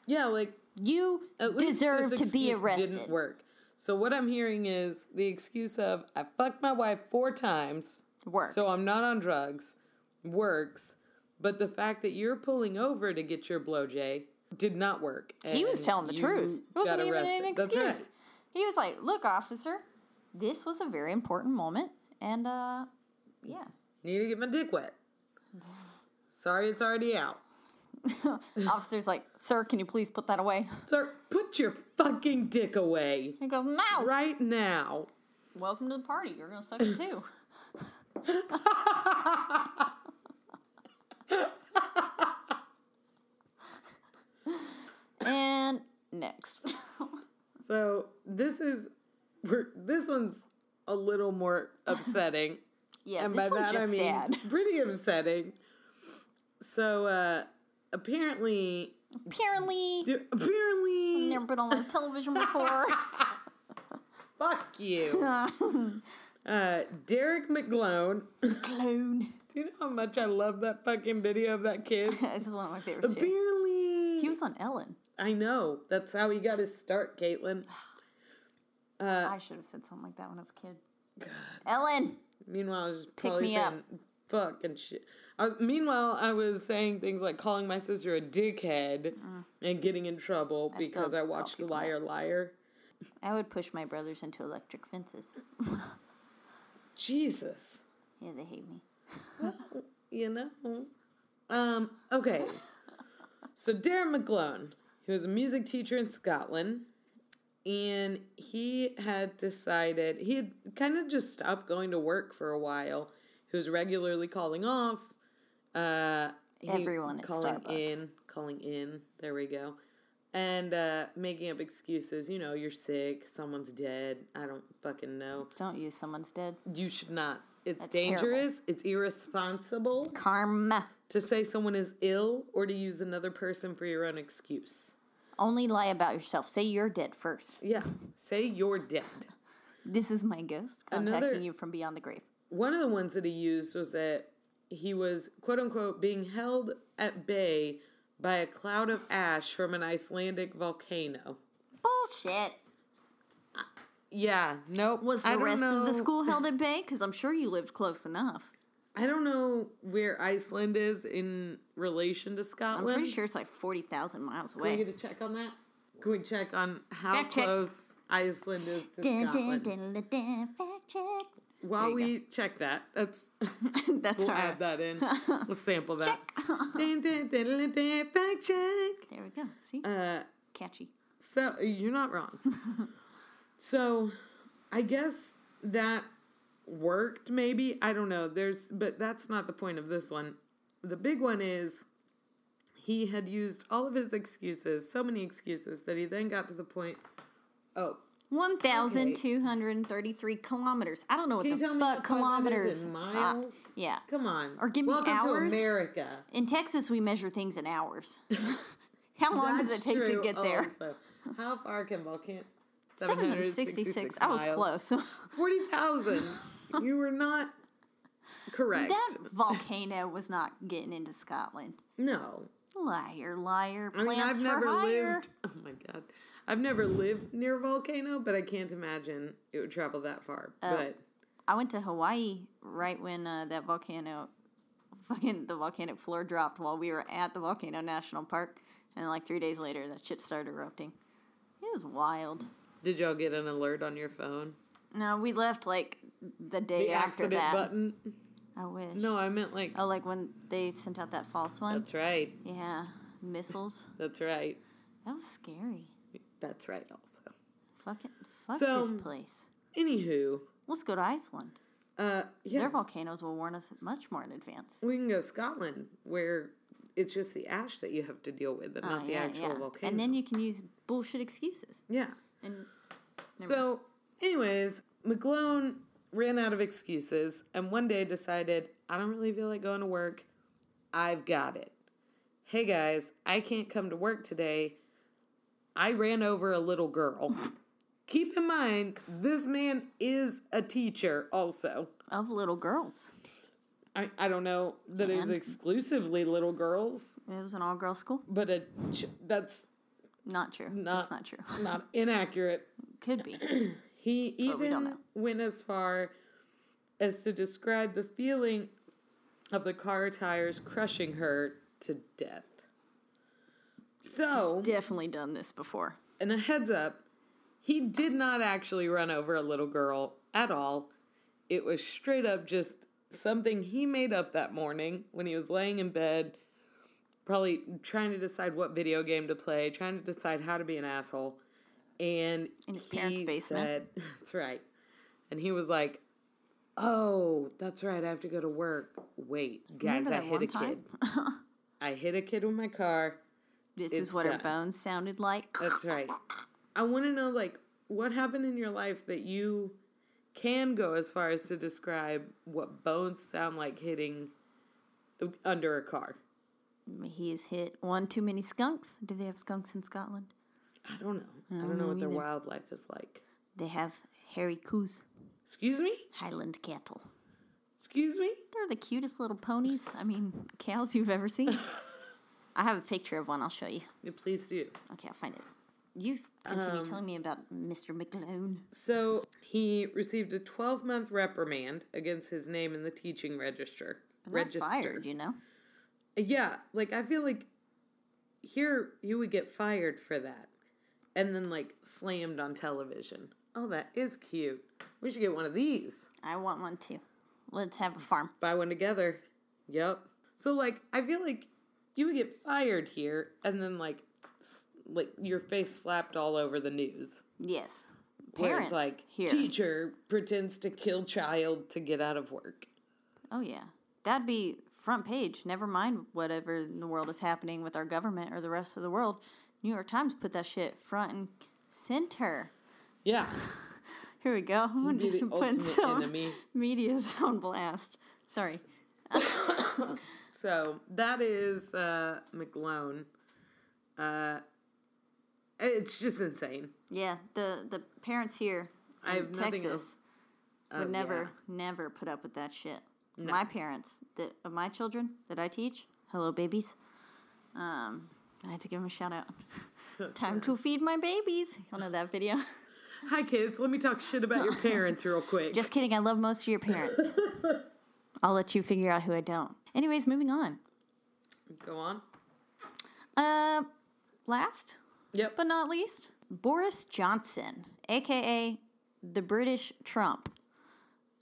Speaker 2: yeah, like
Speaker 1: you
Speaker 2: at least
Speaker 1: deserve
Speaker 2: Uh, this
Speaker 1: to be
Speaker 2: excuse
Speaker 1: arrested.
Speaker 2: Didn't work. So what I'm hearing is the excuse of I fucked my wife four times.
Speaker 1: Works.
Speaker 2: So I'm not on drugs. Works. But the fact that you're pulling over to get your blow Jay did not work.
Speaker 1: He was
Speaker 2: and
Speaker 1: telling the
Speaker 2: you
Speaker 1: truth. It wasn't
Speaker 2: got
Speaker 1: even an
Speaker 2: arrested.
Speaker 1: excuse.
Speaker 2: That's right.
Speaker 1: He was like, "Look, officer, this was a very important moment, and uh,
Speaker 2: *laughs*
Speaker 1: yeah,
Speaker 2: Need to get my
Speaker 1: *laughs*
Speaker 2: dick wet. Sorry, it's already out.
Speaker 1: Officer's like, sir, can you please put that away?
Speaker 2: Sir, put your fucking dick away
Speaker 1: He goes, no.
Speaker 2: right now.
Speaker 1: Welcome to the party. You're gonna suck it too. and next, *laughs*
Speaker 2: So this is, we're, this one's a
Speaker 1: *laughs*
Speaker 2: little more upsetting.
Speaker 1: yeah,
Speaker 2: and
Speaker 1: this
Speaker 2: by
Speaker 1: one's
Speaker 2: that
Speaker 1: just
Speaker 2: I mean
Speaker 1: sad.
Speaker 2: *laughs* pretty upsetting. So uh, apparently, *laughs*
Speaker 1: Apparently,
Speaker 2: apparently,
Speaker 1: never been on television
Speaker 2: *laughs*
Speaker 1: before.
Speaker 2: fuck
Speaker 1: *laughs*
Speaker 2: you, uh, Derek McGlone. *laughs*
Speaker 1: Clone.
Speaker 2: Do you know how much I love that fucking video of
Speaker 1: *laughs*
Speaker 2: that kid?
Speaker 1: this is one of my favorites too.
Speaker 2: apparently,
Speaker 1: He was on Ellen.
Speaker 2: I know. That's how he got his start,
Speaker 1: *sighs*
Speaker 2: Caitlin. Uh,
Speaker 1: I should have said something like that when I was a kid. Ellen.
Speaker 2: Meanwhile, I was just probably
Speaker 1: me
Speaker 2: saying
Speaker 1: up.
Speaker 2: fuck and shit. I was, meanwhile, I was saying things like calling my sister a dickhead and getting in trouble
Speaker 1: Mm. still
Speaker 2: because I
Speaker 1: call
Speaker 2: watched
Speaker 1: people
Speaker 2: Liar Liar.
Speaker 1: I would push my brothers into electric fences.
Speaker 2: Jesus.
Speaker 1: Yeah, they hate me.
Speaker 2: You know? Um, okay. so Darren McGlone, he was a music teacher in Scotland, and he had decided he had kind of just stopped going to work for a while. He was regularly calling off. Uh he-
Speaker 1: Everyone at Starbucks.
Speaker 2: in, calling in. There we go. And uh, making up excuses, you know, you're sick, someone's dead, I don't fucking know.
Speaker 1: Don't use someone's dead.
Speaker 2: You should not. It's
Speaker 1: That's terrible.
Speaker 2: dangerous, it's irresponsible
Speaker 1: Karma.
Speaker 2: to say someone is ill or to use another person for your own excuse.
Speaker 1: Only lie about yourself. Say you're dead first.
Speaker 2: Yeah, say you're dead.
Speaker 1: This is my ghost contacting
Speaker 2: Another-
Speaker 1: you from beyond the grave.
Speaker 2: One of the ones that he used was that he was, quote unquote, being held at bay by a cloud of ash from an Icelandic volcano.
Speaker 1: Bullshit.
Speaker 2: Yeah, nope.
Speaker 1: Was
Speaker 2: I
Speaker 1: the
Speaker 2: don't
Speaker 1: rest of the
Speaker 2: know- *laughs*
Speaker 1: school held at bay? Because I'm sure you lived close enough.
Speaker 2: I don't know where Iceland is in relation to
Speaker 1: I'm
Speaker 2: Scotland.
Speaker 1: pretty sure it's like 40,000 miles
Speaker 2: Can we
Speaker 1: away.
Speaker 2: get a check on that? Can we check on how
Speaker 1: Fact check.
Speaker 2: close Iceland is to
Speaker 1: Dun, dun,
Speaker 2: Scotland?
Speaker 1: dun, dun, dun, fact check. *laughs*
Speaker 2: While
Speaker 1: There
Speaker 2: we check that, that's
Speaker 1: That's
Speaker 2: we'll
Speaker 1: all right.
Speaker 2: add that in.
Speaker 1: *laughs*
Speaker 2: We'll sample that. Dun, dun, dun, dun, dun, fact check.
Speaker 1: There we go. See?
Speaker 2: Uh,
Speaker 1: Catchy.
Speaker 2: so you're
Speaker 1: *laughs*
Speaker 2: not wrong. so, I guess that worked. Maybe I don't know. There's, but that's not the point of this one. The big one is he had used all of his excuses, so many excuses that he then got to the point. Oh,
Speaker 1: 1,233 kilometers. I don't know what
Speaker 2: can you
Speaker 1: the
Speaker 2: tell me
Speaker 1: fuck
Speaker 2: what
Speaker 1: kilometers
Speaker 2: kilometers in
Speaker 1: Uh,
Speaker 2: miles?
Speaker 1: yeah.
Speaker 2: Come on.
Speaker 1: Or give me
Speaker 2: Welcome
Speaker 1: hours.
Speaker 2: to America.
Speaker 1: In Texas, we measure things in
Speaker 2: *laughs*
Speaker 1: hours. How long does it
Speaker 2: That's
Speaker 1: take to
Speaker 2: true Oh,
Speaker 1: get there?
Speaker 2: also. how far can volcano?
Speaker 1: 766. I was close. *laughs*
Speaker 2: Forty thousand. you were not correct.
Speaker 1: that volcano was not getting into Scotland.
Speaker 2: no,
Speaker 1: Liar, liar.
Speaker 2: I
Speaker 1: Plans
Speaker 2: mean I've
Speaker 1: for
Speaker 2: never
Speaker 1: hire.
Speaker 2: lived. *laughs* Oh my god, I've never lived near a volcano, but I can't imagine it would travel that far.
Speaker 1: Oh.
Speaker 2: But
Speaker 1: I went to Hawaii right when uh, that volcano, fucking the volcanic floor dropped while we were at the volcano national park, and like three days later, that shit started erupting. It was wild.
Speaker 2: did y'all get an alert on your phone?
Speaker 1: No, we left like the day
Speaker 2: The
Speaker 1: after
Speaker 2: accident
Speaker 1: that.
Speaker 2: button.
Speaker 1: I wish.
Speaker 2: No, I meant like.
Speaker 1: Oh, like when they sent out that false one.
Speaker 2: That's right.
Speaker 1: Yeah, missiles.
Speaker 2: That's right.
Speaker 1: That was scary.
Speaker 2: That's right. Also.
Speaker 1: Fuck it. Fuck
Speaker 2: So-
Speaker 1: this place.
Speaker 2: Anywho,
Speaker 1: Let's go to Iceland.
Speaker 2: uh, yeah.
Speaker 1: Their volcanoes will warn us much more in advance.
Speaker 2: We can go Scotland, where it's just the ash that you have to deal with, and
Speaker 1: Oh,
Speaker 2: not the
Speaker 1: yeah,
Speaker 2: actual
Speaker 1: yeah.
Speaker 2: volcano.
Speaker 1: And then you can use bullshit excuses.
Speaker 2: yeah.
Speaker 1: And
Speaker 2: so, anyways, McGlone ran out of excuses and one day decided, I don't really feel like going to work. I've got it. Hey guys, I can't come to work today. I ran over a little girl. Keep in mind, this man is a teacher also.
Speaker 1: Of little girls.
Speaker 2: I, I don't know that it's
Speaker 1: Man.
Speaker 2: exclusively little girls,
Speaker 1: It was an all girl school?
Speaker 2: but a ch- that's
Speaker 1: Not true. That's not true.
Speaker 2: not inaccurate.
Speaker 1: Could be.
Speaker 2: *clears throat* He
Speaker 1: But we don't
Speaker 2: even
Speaker 1: know.
Speaker 2: went as far as to describe the feeling of the car tires crushing her to death. So,
Speaker 1: Definitely done this before.
Speaker 2: and a heads up, he did not actually run over a little girl at all. It was straight up just something he made up that morning when he was laying in bed, probably trying to decide what video game to play, trying to decide how to be an asshole. And
Speaker 1: In his parents' basement.
Speaker 2: said- *laughs* that's right. And he was like, Oh, that's right. I have to go to work. Wait, guys,
Speaker 1: Remember
Speaker 2: I
Speaker 1: that
Speaker 2: hit
Speaker 1: one
Speaker 2: a kid.
Speaker 1: time? *laughs*
Speaker 2: I hit a kid with my car.
Speaker 1: This
Speaker 2: It's
Speaker 1: is what her
Speaker 2: done.
Speaker 1: bones sounded like.
Speaker 2: That's right. I want to know, like, what happened in your life that you can go as far as to describe what bones sound like hitting under a car.
Speaker 1: He has hit one too many skunks. Do they have skunks in Scotland?
Speaker 2: I don't know. I don't, know what their wildlife is like.
Speaker 1: They have hairy coos,
Speaker 2: Excuse me?
Speaker 1: Highland cattle.
Speaker 2: Excuse me?
Speaker 1: They're the cutest little ponies. I mean, cows you've ever
Speaker 2: *laughs*
Speaker 1: seen. I have a picture of one. I'll show you.
Speaker 2: Yeah, Please do.
Speaker 1: Okay, I'll find it. You've continue
Speaker 2: Um,
Speaker 1: telling me about Mr. McGlone.
Speaker 2: So he received a 12 month reprimand against his name in the teaching register.
Speaker 1: Not fired, you know.
Speaker 2: Yeah, like I feel like here you would get fired for that and then like slammed on television. Oh, that is cute. We should get one of these.
Speaker 1: I want one too. Let's have a farm.
Speaker 2: Buy one together. Yep. So like I feel like you would get fired here and then like s- like your face slapped all over the news.
Speaker 1: Yes.
Speaker 2: where
Speaker 1: Parents
Speaker 2: it's like
Speaker 1: here.
Speaker 2: teacher pretends to kill child to get out of work.
Speaker 1: Oh yeah, that'd be front page. Never mind whatever in the world is happening with our government or the rest of the world. New York Times put that shit front and center. *laughs*
Speaker 2: Yeah.
Speaker 1: Here we go. *laughs* I'm gonna
Speaker 2: be
Speaker 1: do
Speaker 2: the
Speaker 1: some putting
Speaker 2: ultimate
Speaker 1: some
Speaker 2: enemy.
Speaker 1: *laughs* media sound blast. Sorry.
Speaker 2: So that is uh, McGlone. Uh, it's just insane.
Speaker 1: Yeah, the the parents here in
Speaker 2: I have nothing
Speaker 1: Texas
Speaker 2: else.
Speaker 1: would
Speaker 2: Oh,
Speaker 1: never
Speaker 2: yeah.
Speaker 1: never put up with that shit. My parents that of my children that I teach, hello babies. Um, I had to give them a shout
Speaker 2: *laughs*
Speaker 1: out. Time to feed my babies. Y'all know that video.
Speaker 2: Hi, kids. Let me talk shit about your parents real quick.
Speaker 1: Just kidding. I love most of your parents. I'll let you figure out who I don't. Anyways, moving on.
Speaker 2: *laughs* Go on.
Speaker 1: Uh, last
Speaker 2: Yep.
Speaker 1: but not least, Boris Johnson, aka the British Trump,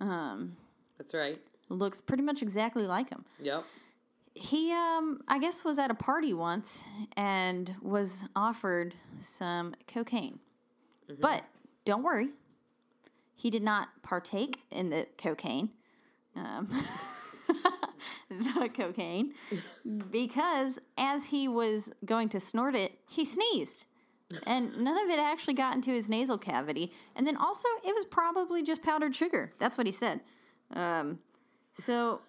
Speaker 2: That's right.
Speaker 1: looks pretty much exactly like him.
Speaker 2: Yep.
Speaker 1: He, um, I guess, was at a party once and was offered some cocaine. But don't worry, he did not partake in the cocaine. Um, *laughs* the cocaine. Because as he was going to snort it, he sneezed. And none of it actually got into his nasal cavity. And then also, it was probably just powdered sugar. That's what he said. Um, so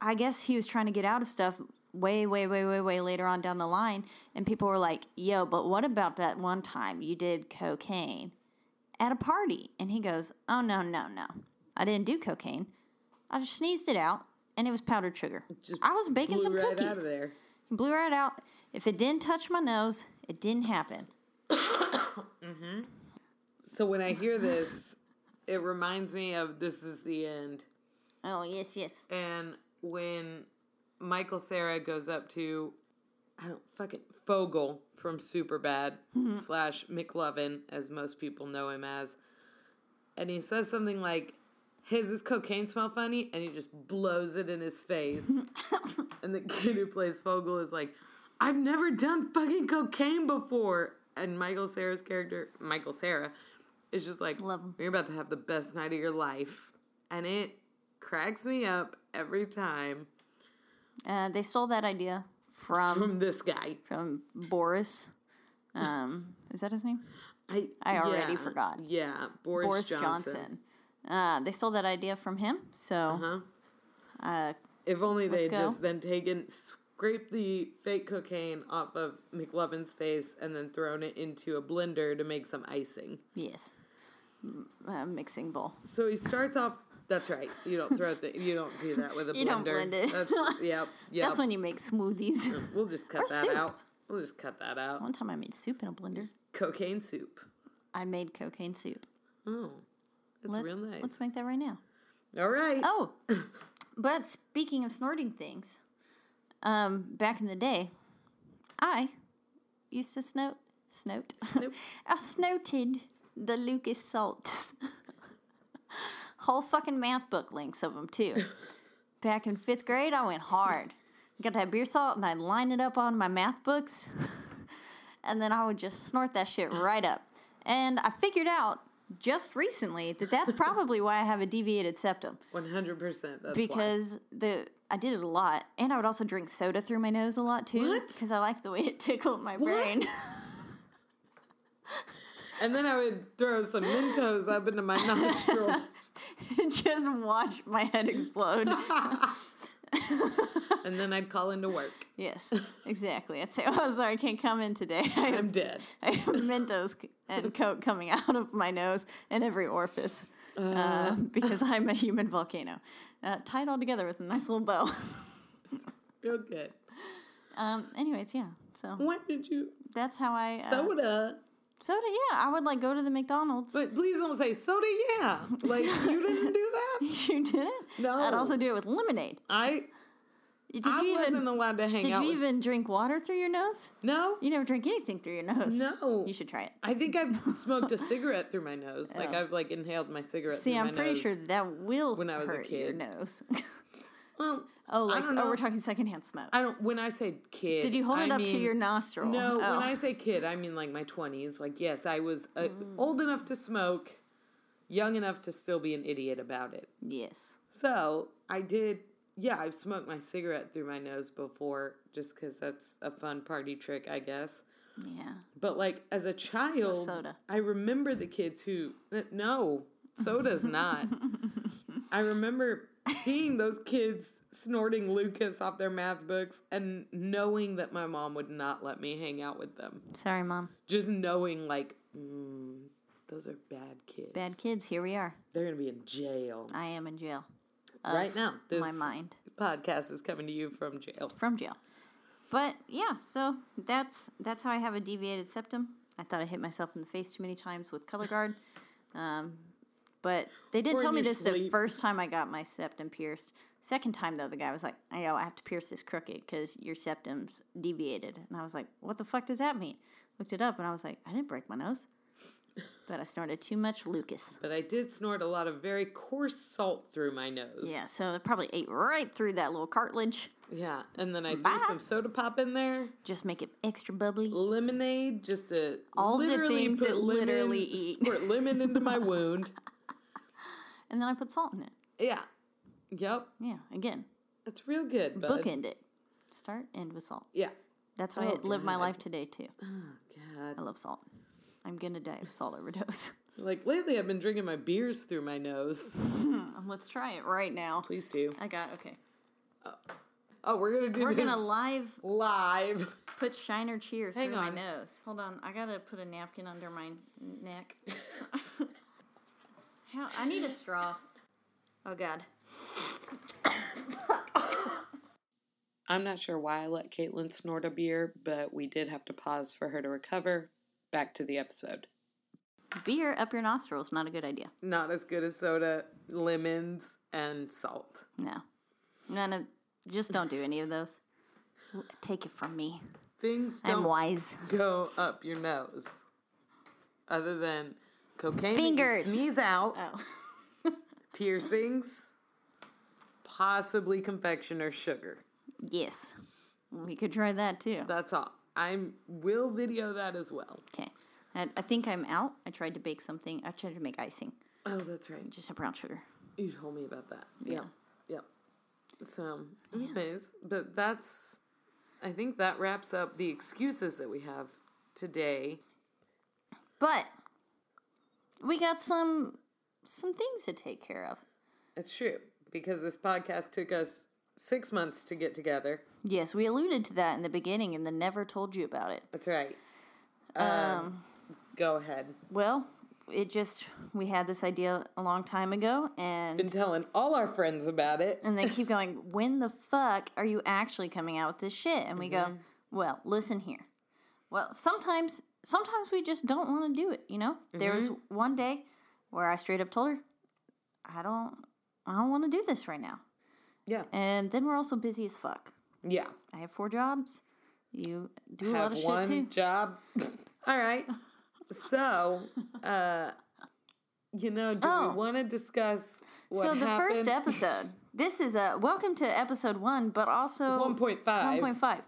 Speaker 1: I guess he was trying to get out of stuff way, way, way, way, way later on down the line. And people were like, yo, but what about that one time you did cocaine at a party? And he goes, oh, no, no, no. I didn't do cocaine. I just sneezed it out and it was powdered sugar.
Speaker 2: Just
Speaker 1: I was baking
Speaker 2: Blew
Speaker 1: some
Speaker 2: right
Speaker 1: cookies.
Speaker 2: out of there.
Speaker 1: He blew right out. If it didn't touch my nose, it didn't happen.
Speaker 2: So when I hear this, it reminds me of "This Is the End."
Speaker 1: Oh yes, yes.
Speaker 2: And when Michael Sarah goes up to, I don't fucking Fogel from Superbad
Speaker 1: Mm-hmm.
Speaker 2: slash McLovin, as most people know him as, and he says something like, "His is cocaine smell funny," and he just blows it in his face.
Speaker 1: *laughs*
Speaker 2: and the kid who plays Fogel is like, "I've never done fucking cocaine before," and Michael Sarah's character, Michael Sarah, is just like,
Speaker 1: Love him.
Speaker 2: "You're about to have the best night of your life," and it cracks me up every time
Speaker 1: Uh, they stole that idea from
Speaker 2: from Um, this guy.
Speaker 1: from Boris. Um, is that his name?
Speaker 2: I,
Speaker 1: I already
Speaker 2: yeah,
Speaker 1: forgot.
Speaker 2: Yeah, Boris,
Speaker 1: Boris
Speaker 2: Johnson. Uh-huh.
Speaker 1: Johnson. Uh, they stole that idea from him, so
Speaker 2: Huh?
Speaker 1: uh,
Speaker 2: If only they
Speaker 1: Let's
Speaker 2: had
Speaker 1: go.
Speaker 2: just then taken scraped the fake cocaine off of McLovin's face and then thrown it into a blender to make some icing.
Speaker 1: yes, M- uh, mixing bowl.
Speaker 2: So he starts off. That's right. You don't throw the. You don't do that with a blender.
Speaker 1: *laughs* You don't blend it.
Speaker 2: That's, yep. Yep.
Speaker 1: That's when you make smoothies. *laughs*
Speaker 2: we'll just
Speaker 1: or
Speaker 2: cut that
Speaker 1: soup.
Speaker 2: out. We'll just cut that out.
Speaker 1: One time I made soup in a blender.
Speaker 2: Cocaine soup.
Speaker 1: I made cocaine soup.
Speaker 2: Oh, that's
Speaker 1: Let-
Speaker 2: real nice.
Speaker 1: Let's make that right now.
Speaker 2: All right.
Speaker 1: Oh, but speaking of snorting things, um, back in the day, I used to snort, snort. *laughs* I snorted the Lucas salts. *laughs* Whole fucking math book links of them too. Back in fifth grade, I went hard. Got that beer salt and I lined it up on my math books, *laughs* and then I would just snort that shit right up. And I figured out just recently that that's probably why I have a deviated septum
Speaker 2: One hundred percent. That's why.
Speaker 1: because the I did it a lot, and I would also drink soda through my nose a lot too,
Speaker 2: What?
Speaker 1: because I like the way it tickled my brain. *laughs*
Speaker 2: And then I would throw some Mentos up into my *laughs* nostrils.
Speaker 1: and just watch my head
Speaker 2: *laughs*
Speaker 1: explode.
Speaker 2: and then I'd call into work.
Speaker 1: yes, exactly. I'd say, "Oh, sorry, I can't come in today. *laughs* I have,
Speaker 2: I'm dead.
Speaker 1: I have Mentos c- and Coke coming out of my nose and every orifice." Uh, because I'm a human volcano. Uh, tied all together with a nice little bow. *laughs*
Speaker 2: Real good.
Speaker 1: um, anyways, yeah. So
Speaker 2: When did you
Speaker 1: that's how I. Uh, soda.
Speaker 2: soda?
Speaker 1: yeah. I would like go to the McDonald's. *laughs*
Speaker 2: But please don't say soda. Yeah, like you didn't do that.
Speaker 1: you did it?
Speaker 2: No.
Speaker 1: I'd also do it with lemonade.
Speaker 2: I
Speaker 1: Did
Speaker 2: I
Speaker 1: you
Speaker 2: wasn't
Speaker 1: even
Speaker 2: allowed to hang
Speaker 1: did
Speaker 2: out.
Speaker 1: you
Speaker 2: with-
Speaker 1: even drink water through your nose?
Speaker 2: no,
Speaker 1: You never drink anything through your nose.
Speaker 2: no.
Speaker 1: You should try it.
Speaker 2: I think I've smoked a cigarette through my nose. Like
Speaker 1: Oh.
Speaker 2: I've like inhaled my cigarette.
Speaker 1: See,
Speaker 2: through
Speaker 1: I'm
Speaker 2: my
Speaker 1: pretty
Speaker 2: nose.
Speaker 1: sure that will
Speaker 2: when I was a
Speaker 1: hurt your
Speaker 2: kid.
Speaker 1: nose. *laughs*
Speaker 2: Well,
Speaker 1: oh, like,
Speaker 2: I don't
Speaker 1: oh,
Speaker 2: know.
Speaker 1: we're talking secondhand smoke.
Speaker 2: I don't. When I say kid,
Speaker 1: Did you hold
Speaker 2: I
Speaker 1: it up to
Speaker 2: mean-
Speaker 1: your nostril?
Speaker 2: No,
Speaker 1: Oh.
Speaker 2: when I say kid, I mean like my twenties. Like yes, I was uh,
Speaker 1: Mm.
Speaker 2: old enough to smoke, young enough to still be an idiot about it.
Speaker 1: yes.
Speaker 2: So I did. Yeah, I've smoked my cigarette through my nose before, just because that's a fun party trick, I guess.
Speaker 1: Yeah.
Speaker 2: But like as a child,
Speaker 1: soda.
Speaker 2: I remember the kids who uh, no soda's not. I remember seeing those kids snorting Lucas off their math books and knowing that my mom would not let me hang out with them.
Speaker 1: Sorry, mom.
Speaker 2: Just knowing like. Mm, those are bad kids.
Speaker 1: Bad kids. Here we are.
Speaker 2: They're gonna be in jail
Speaker 1: I am in jail.
Speaker 2: right now. This
Speaker 1: my mind.
Speaker 2: podcast is coming to you from jail.
Speaker 1: From jail. But yeah, so that's that's how I have a deviated septum. I thought I hit myself in the face too many times with color guard. Um, but they did
Speaker 2: Or in
Speaker 1: tell me
Speaker 2: your
Speaker 1: this the
Speaker 2: sleep.
Speaker 1: first time I got my septum pierced. Second time though, the guy was like, "Hey, "Yo, I have to pierce this crooked because your septum's deviated." And I was like, "What the fuck does that mean?" Looked it up and I was like, "I didn't break my nose, but I snorted too much Lucas."
Speaker 2: But I did snort a lot of very coarse salt through my nose.
Speaker 1: Yeah, so it probably ate right through that little cartilage.
Speaker 2: Yeah. And then I threw
Speaker 1: Bye.
Speaker 2: some soda pop in there,
Speaker 1: Just make it extra bubbly.
Speaker 2: lemonade, just to
Speaker 1: All the
Speaker 2: literally
Speaker 1: things
Speaker 2: put
Speaker 1: it
Speaker 2: lemon,
Speaker 1: literally eat.
Speaker 2: squirt lemon into
Speaker 1: *laughs*
Speaker 2: my wound.
Speaker 1: And then I put salt in it.
Speaker 2: Yeah. Yep.
Speaker 1: Yeah, again,
Speaker 2: That's real good. Bud.
Speaker 1: bookend it. Start, end with salt.
Speaker 2: Yeah.
Speaker 1: That's how
Speaker 2: Oh,
Speaker 1: I live my
Speaker 2: God.
Speaker 1: life today too. I
Speaker 2: God.
Speaker 1: love salt. I'm gonna die of salt overdose. *laughs*
Speaker 2: Like lately, I've been drinking my beers through my nose.
Speaker 1: Um, Let's try it right now.
Speaker 2: Please do.
Speaker 1: I got okay.
Speaker 2: Oh, we're gonna do
Speaker 1: We're
Speaker 2: this
Speaker 1: gonna live
Speaker 2: live.
Speaker 1: put Shiner Cheer
Speaker 2: Hang
Speaker 1: through my
Speaker 2: on.
Speaker 1: nose. Hold on, I gotta put a napkin under my n- neck. *laughs* How I need a straw. Oh God.
Speaker 2: I'm not sure why I let Caitlin snort a beer, but we did have to pause for her to recover. Back to the episode.
Speaker 1: Beer up your nostrils, not a good idea.
Speaker 2: Not as good as soda, lemons, and salt.
Speaker 1: No. None of just don't do any of those. L- Take it from me.
Speaker 2: Things
Speaker 1: I'm
Speaker 2: don't
Speaker 1: wise.
Speaker 2: go up your nose, other than cocaine. that you
Speaker 1: Fingers.
Speaker 2: sneeze out.
Speaker 1: Oh.
Speaker 2: *laughs* Piercings, possibly confection or sugar.
Speaker 1: Yes. We could try that too.
Speaker 2: That's all. I will video that as well.
Speaker 1: Okay. I, I think I'm out. I tried to bake something. I tried to make icing.
Speaker 2: Oh, that's right.
Speaker 1: Just have brown sugar.
Speaker 2: You told me about that. Yeah. Yep. So, anyways, but that's, I think that wraps up the excuses that we have today.
Speaker 1: But we got some some things to take care of.
Speaker 2: It's true because this podcast took us six months to get together.
Speaker 1: Yes, we alluded to that in the beginning and then never told you about it.
Speaker 2: That's right. Um, go ahead.
Speaker 1: Well, it just we had this idea a long time ago
Speaker 2: Been
Speaker 1: and
Speaker 2: telling all our friends about it.
Speaker 1: and they keep going, "When the fuck are you actually coming out with this shit?" And we go,
Speaker 2: Mm-hmm.
Speaker 1: "Well, listen here. Well, sometimes sometimes we just don't want to do it, you know? There was
Speaker 2: Mm-hmm.
Speaker 1: one day where I straight up told her, "I don't I don't want to do this right now."
Speaker 2: Yeah.
Speaker 1: And then we're also busy as fuck.
Speaker 2: Yeah.
Speaker 1: I have four jobs. You do a lot
Speaker 2: Have
Speaker 1: of
Speaker 2: one
Speaker 1: shit too.
Speaker 2: job. *laughs* all right. So, uh, you know, do
Speaker 1: Oh.
Speaker 2: we want to discuss what
Speaker 1: so the first
Speaker 2: happened? *laughs*
Speaker 1: episode. This is a welcome to episode one, but also
Speaker 2: 1.5.
Speaker 1: 1.5.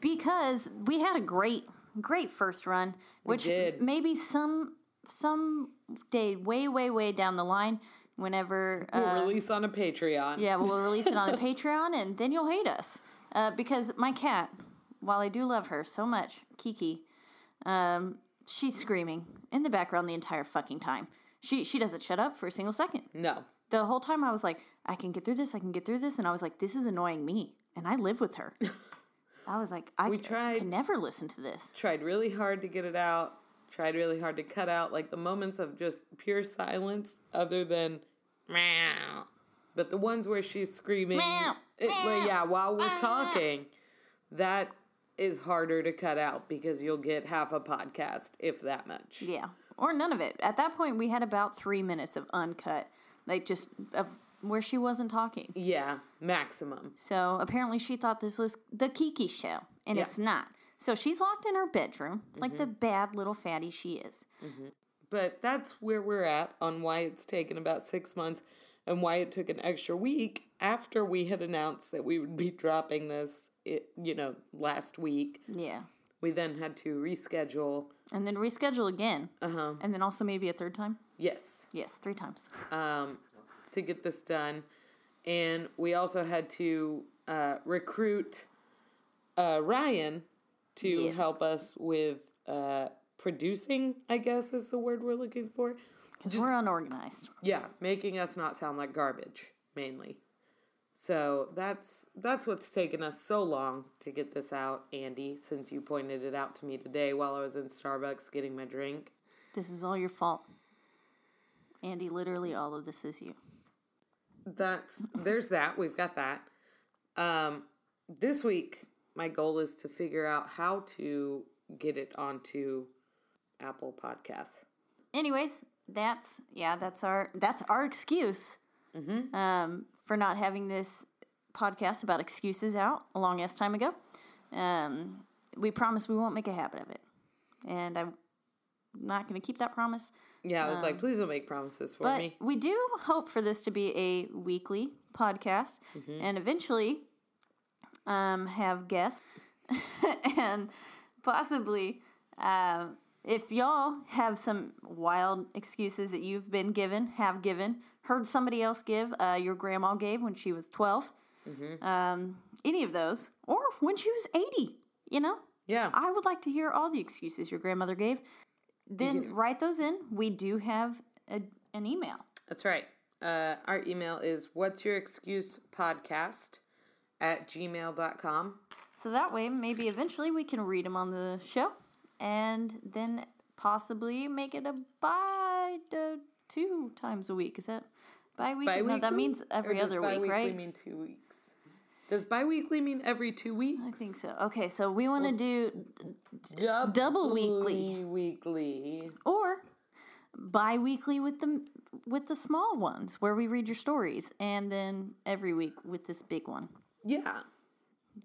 Speaker 1: Because we had a great, great first run, which
Speaker 2: did.
Speaker 1: maybe some some day way, way, way down the line, whenever
Speaker 2: *laughs*
Speaker 1: uh,
Speaker 2: We'll release on a Patreon.
Speaker 1: yeah, we'll release it on a Patreon, and then you'll hate us uh, because my cat, while I do love her so much, Kiki, um, she's screaming in the background the entire fucking time. She she doesn't shut up for a single second.
Speaker 2: No.
Speaker 1: The whole time I was like, I can get through this, I can get through this, and I was like, this is annoying me, and I live with her. I was like, I c-
Speaker 2: tried-
Speaker 1: can never listen to this.
Speaker 2: tried really hard to get it out tried really hard to cut out like the moments of just pure silence other than meow but the ones where she's screaming
Speaker 1: Meow,
Speaker 2: it, well,
Speaker 1: meow, uh-huh.
Speaker 2: yeah while we're
Speaker 1: meow.
Speaker 2: talking that is harder to cut out because you'll get half a podcast if that much
Speaker 1: Yeah, or none of it. At that point, we had about three minutes of uncut, like just of where she wasn't talking.
Speaker 2: yeah maximum
Speaker 1: So apparently she thought this was the Kiki show, and
Speaker 2: Yeah.
Speaker 1: it's not. So she's locked in her bedroom like the bad little fatty she is.
Speaker 2: but that's where we're at on why it's taken about six months and why it took an extra week after we had announced that we would be dropping this it, you know last week
Speaker 1: Yeah.
Speaker 2: We then had to reschedule.
Speaker 1: And then reschedule again. Uh-huh. And then also maybe a third time.
Speaker 2: Yes,
Speaker 1: Yes, three times.
Speaker 2: um, to get this done, and we also had to uh, recruit uh, Ryan to
Speaker 1: Yes.
Speaker 2: help us with uh, producing. I guess is the word we're looking for.
Speaker 1: Because we're unorganized.
Speaker 2: Yeah, making us not sound like garbage mainly. So that's that's what's taken us so long to get this out, Andy. Since you pointed it out to me today while I was in Starbucks getting my drink.
Speaker 1: This is all your fault. Andy, literally all of this is you.
Speaker 2: That's there's that. We've got that. Um, this week, my goal is to figure out how to get it onto Apple Podcasts.
Speaker 1: Anyways, that's yeah, that's our that's our excuse um, for not having this podcast about excuses out a long ass time ago. Um, we promise we won't make a habit of it, and I'm not going to keep that promise.
Speaker 2: Yeah, I was like, please don't make promises for
Speaker 1: But
Speaker 2: me.
Speaker 1: we do hope for this to be a weekly podcast, and eventually, um, have guests, *laughs* and possibly, uh, if y'all have some wild excuses that you've been given, have given, heard somebody else give, uh, your grandma gave when she was 12 um, any of those, or when she was eighty, you know,
Speaker 2: Yeah,
Speaker 1: I would like to hear all the excuses your grandmother gave. Then write those in. We do have a, an email.
Speaker 2: that's right. Uh, our email is what's your excuse podcast at gmail.com.
Speaker 1: So that way, maybe eventually we can read them on the show and then possibly make it a bi uh, two times a week. Is that bi week? No, that
Speaker 2: Bi-weekly?
Speaker 1: means every
Speaker 2: Or does
Speaker 1: other week,
Speaker 2: bi-weekly
Speaker 1: right?
Speaker 2: mean two weeks? Does bi weekly mean every two weeks?
Speaker 1: I think so. Okay, so we want to do
Speaker 2: Double
Speaker 1: weekly.
Speaker 2: Weekly.
Speaker 1: or bi-weekly with the with the small ones where we read your stories and then every week with this big one.
Speaker 2: Yeah.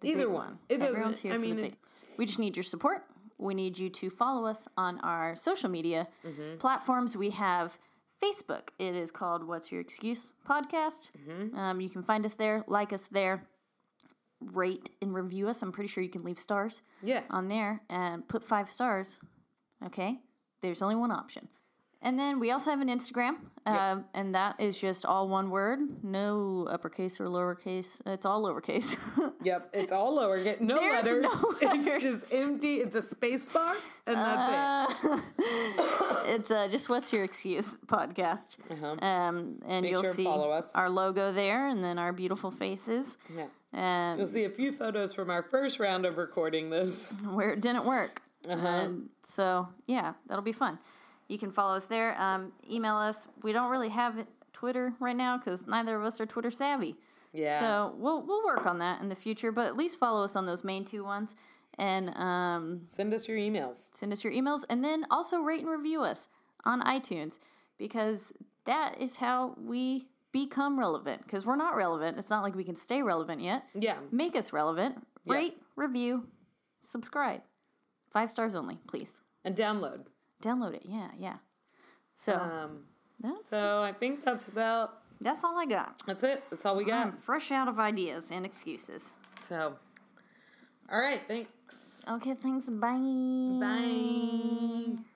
Speaker 1: the
Speaker 2: Either
Speaker 1: big
Speaker 2: one. It
Speaker 1: Everyone's
Speaker 2: doesn't-
Speaker 1: here
Speaker 2: I
Speaker 1: for
Speaker 2: mean,
Speaker 1: the
Speaker 2: it-
Speaker 1: big. We just need your support. We need you to follow us on our social media
Speaker 2: Mm-hmm.
Speaker 1: platforms. We have Facebook. It is called What's Your Excuse Podcast.
Speaker 2: Mm-hmm.
Speaker 1: Um, you can find us there, like us there, rate and review us. I'm pretty sure you can leave stars
Speaker 2: Yeah.
Speaker 1: on there and put five stars. Okay, there's only one option. And then we also have an Instagram, um, and that is just all one word, no uppercase or lowercase. It's all lowercase. *laughs*
Speaker 2: Yep, it's all lowercase. No
Speaker 1: There's
Speaker 2: *laughs* letters.
Speaker 1: no Ah.
Speaker 2: It's just empty. It's a space bar, and that's
Speaker 1: it's uh, just what's your excuse *laughs* podcast. Um, and
Speaker 2: Uh-huh. Make
Speaker 1: you'll
Speaker 2: sure and
Speaker 1: see
Speaker 2: follow us.
Speaker 1: our logo there, and then our beautiful faces.
Speaker 2: Yeah.
Speaker 1: Um,
Speaker 2: You'll see a few photos from our first round of recording this.
Speaker 1: where it didn't work.
Speaker 2: Uh-huh.
Speaker 1: Um, so yeah, that'll be fun. You can follow us there. Um, email us. We don't really have Twitter right now because neither of us are Twitter savvy.
Speaker 2: Yeah.
Speaker 1: So we'll we'll work on that in the future, but at least follow us on those main two ones and um,
Speaker 2: Send us your emails.
Speaker 1: send us your emails and then also rate and review us on iTunes because that is how we become relevant because we're not relevant. It's not like we can stay relevant yet
Speaker 2: Yeah.
Speaker 1: make us relevant. Rate, review, subscribe. Five stars only, please.
Speaker 2: And download.
Speaker 1: Download it. Yeah, yeah. So
Speaker 2: Um,
Speaker 1: that's,
Speaker 2: so I think that's about
Speaker 1: that's all I got.
Speaker 2: that's it. That's all we got.
Speaker 1: I'm fresh out of ideas and excuses.
Speaker 2: So all right, thanks.
Speaker 1: Okay, thanks. Bye.
Speaker 2: Bye.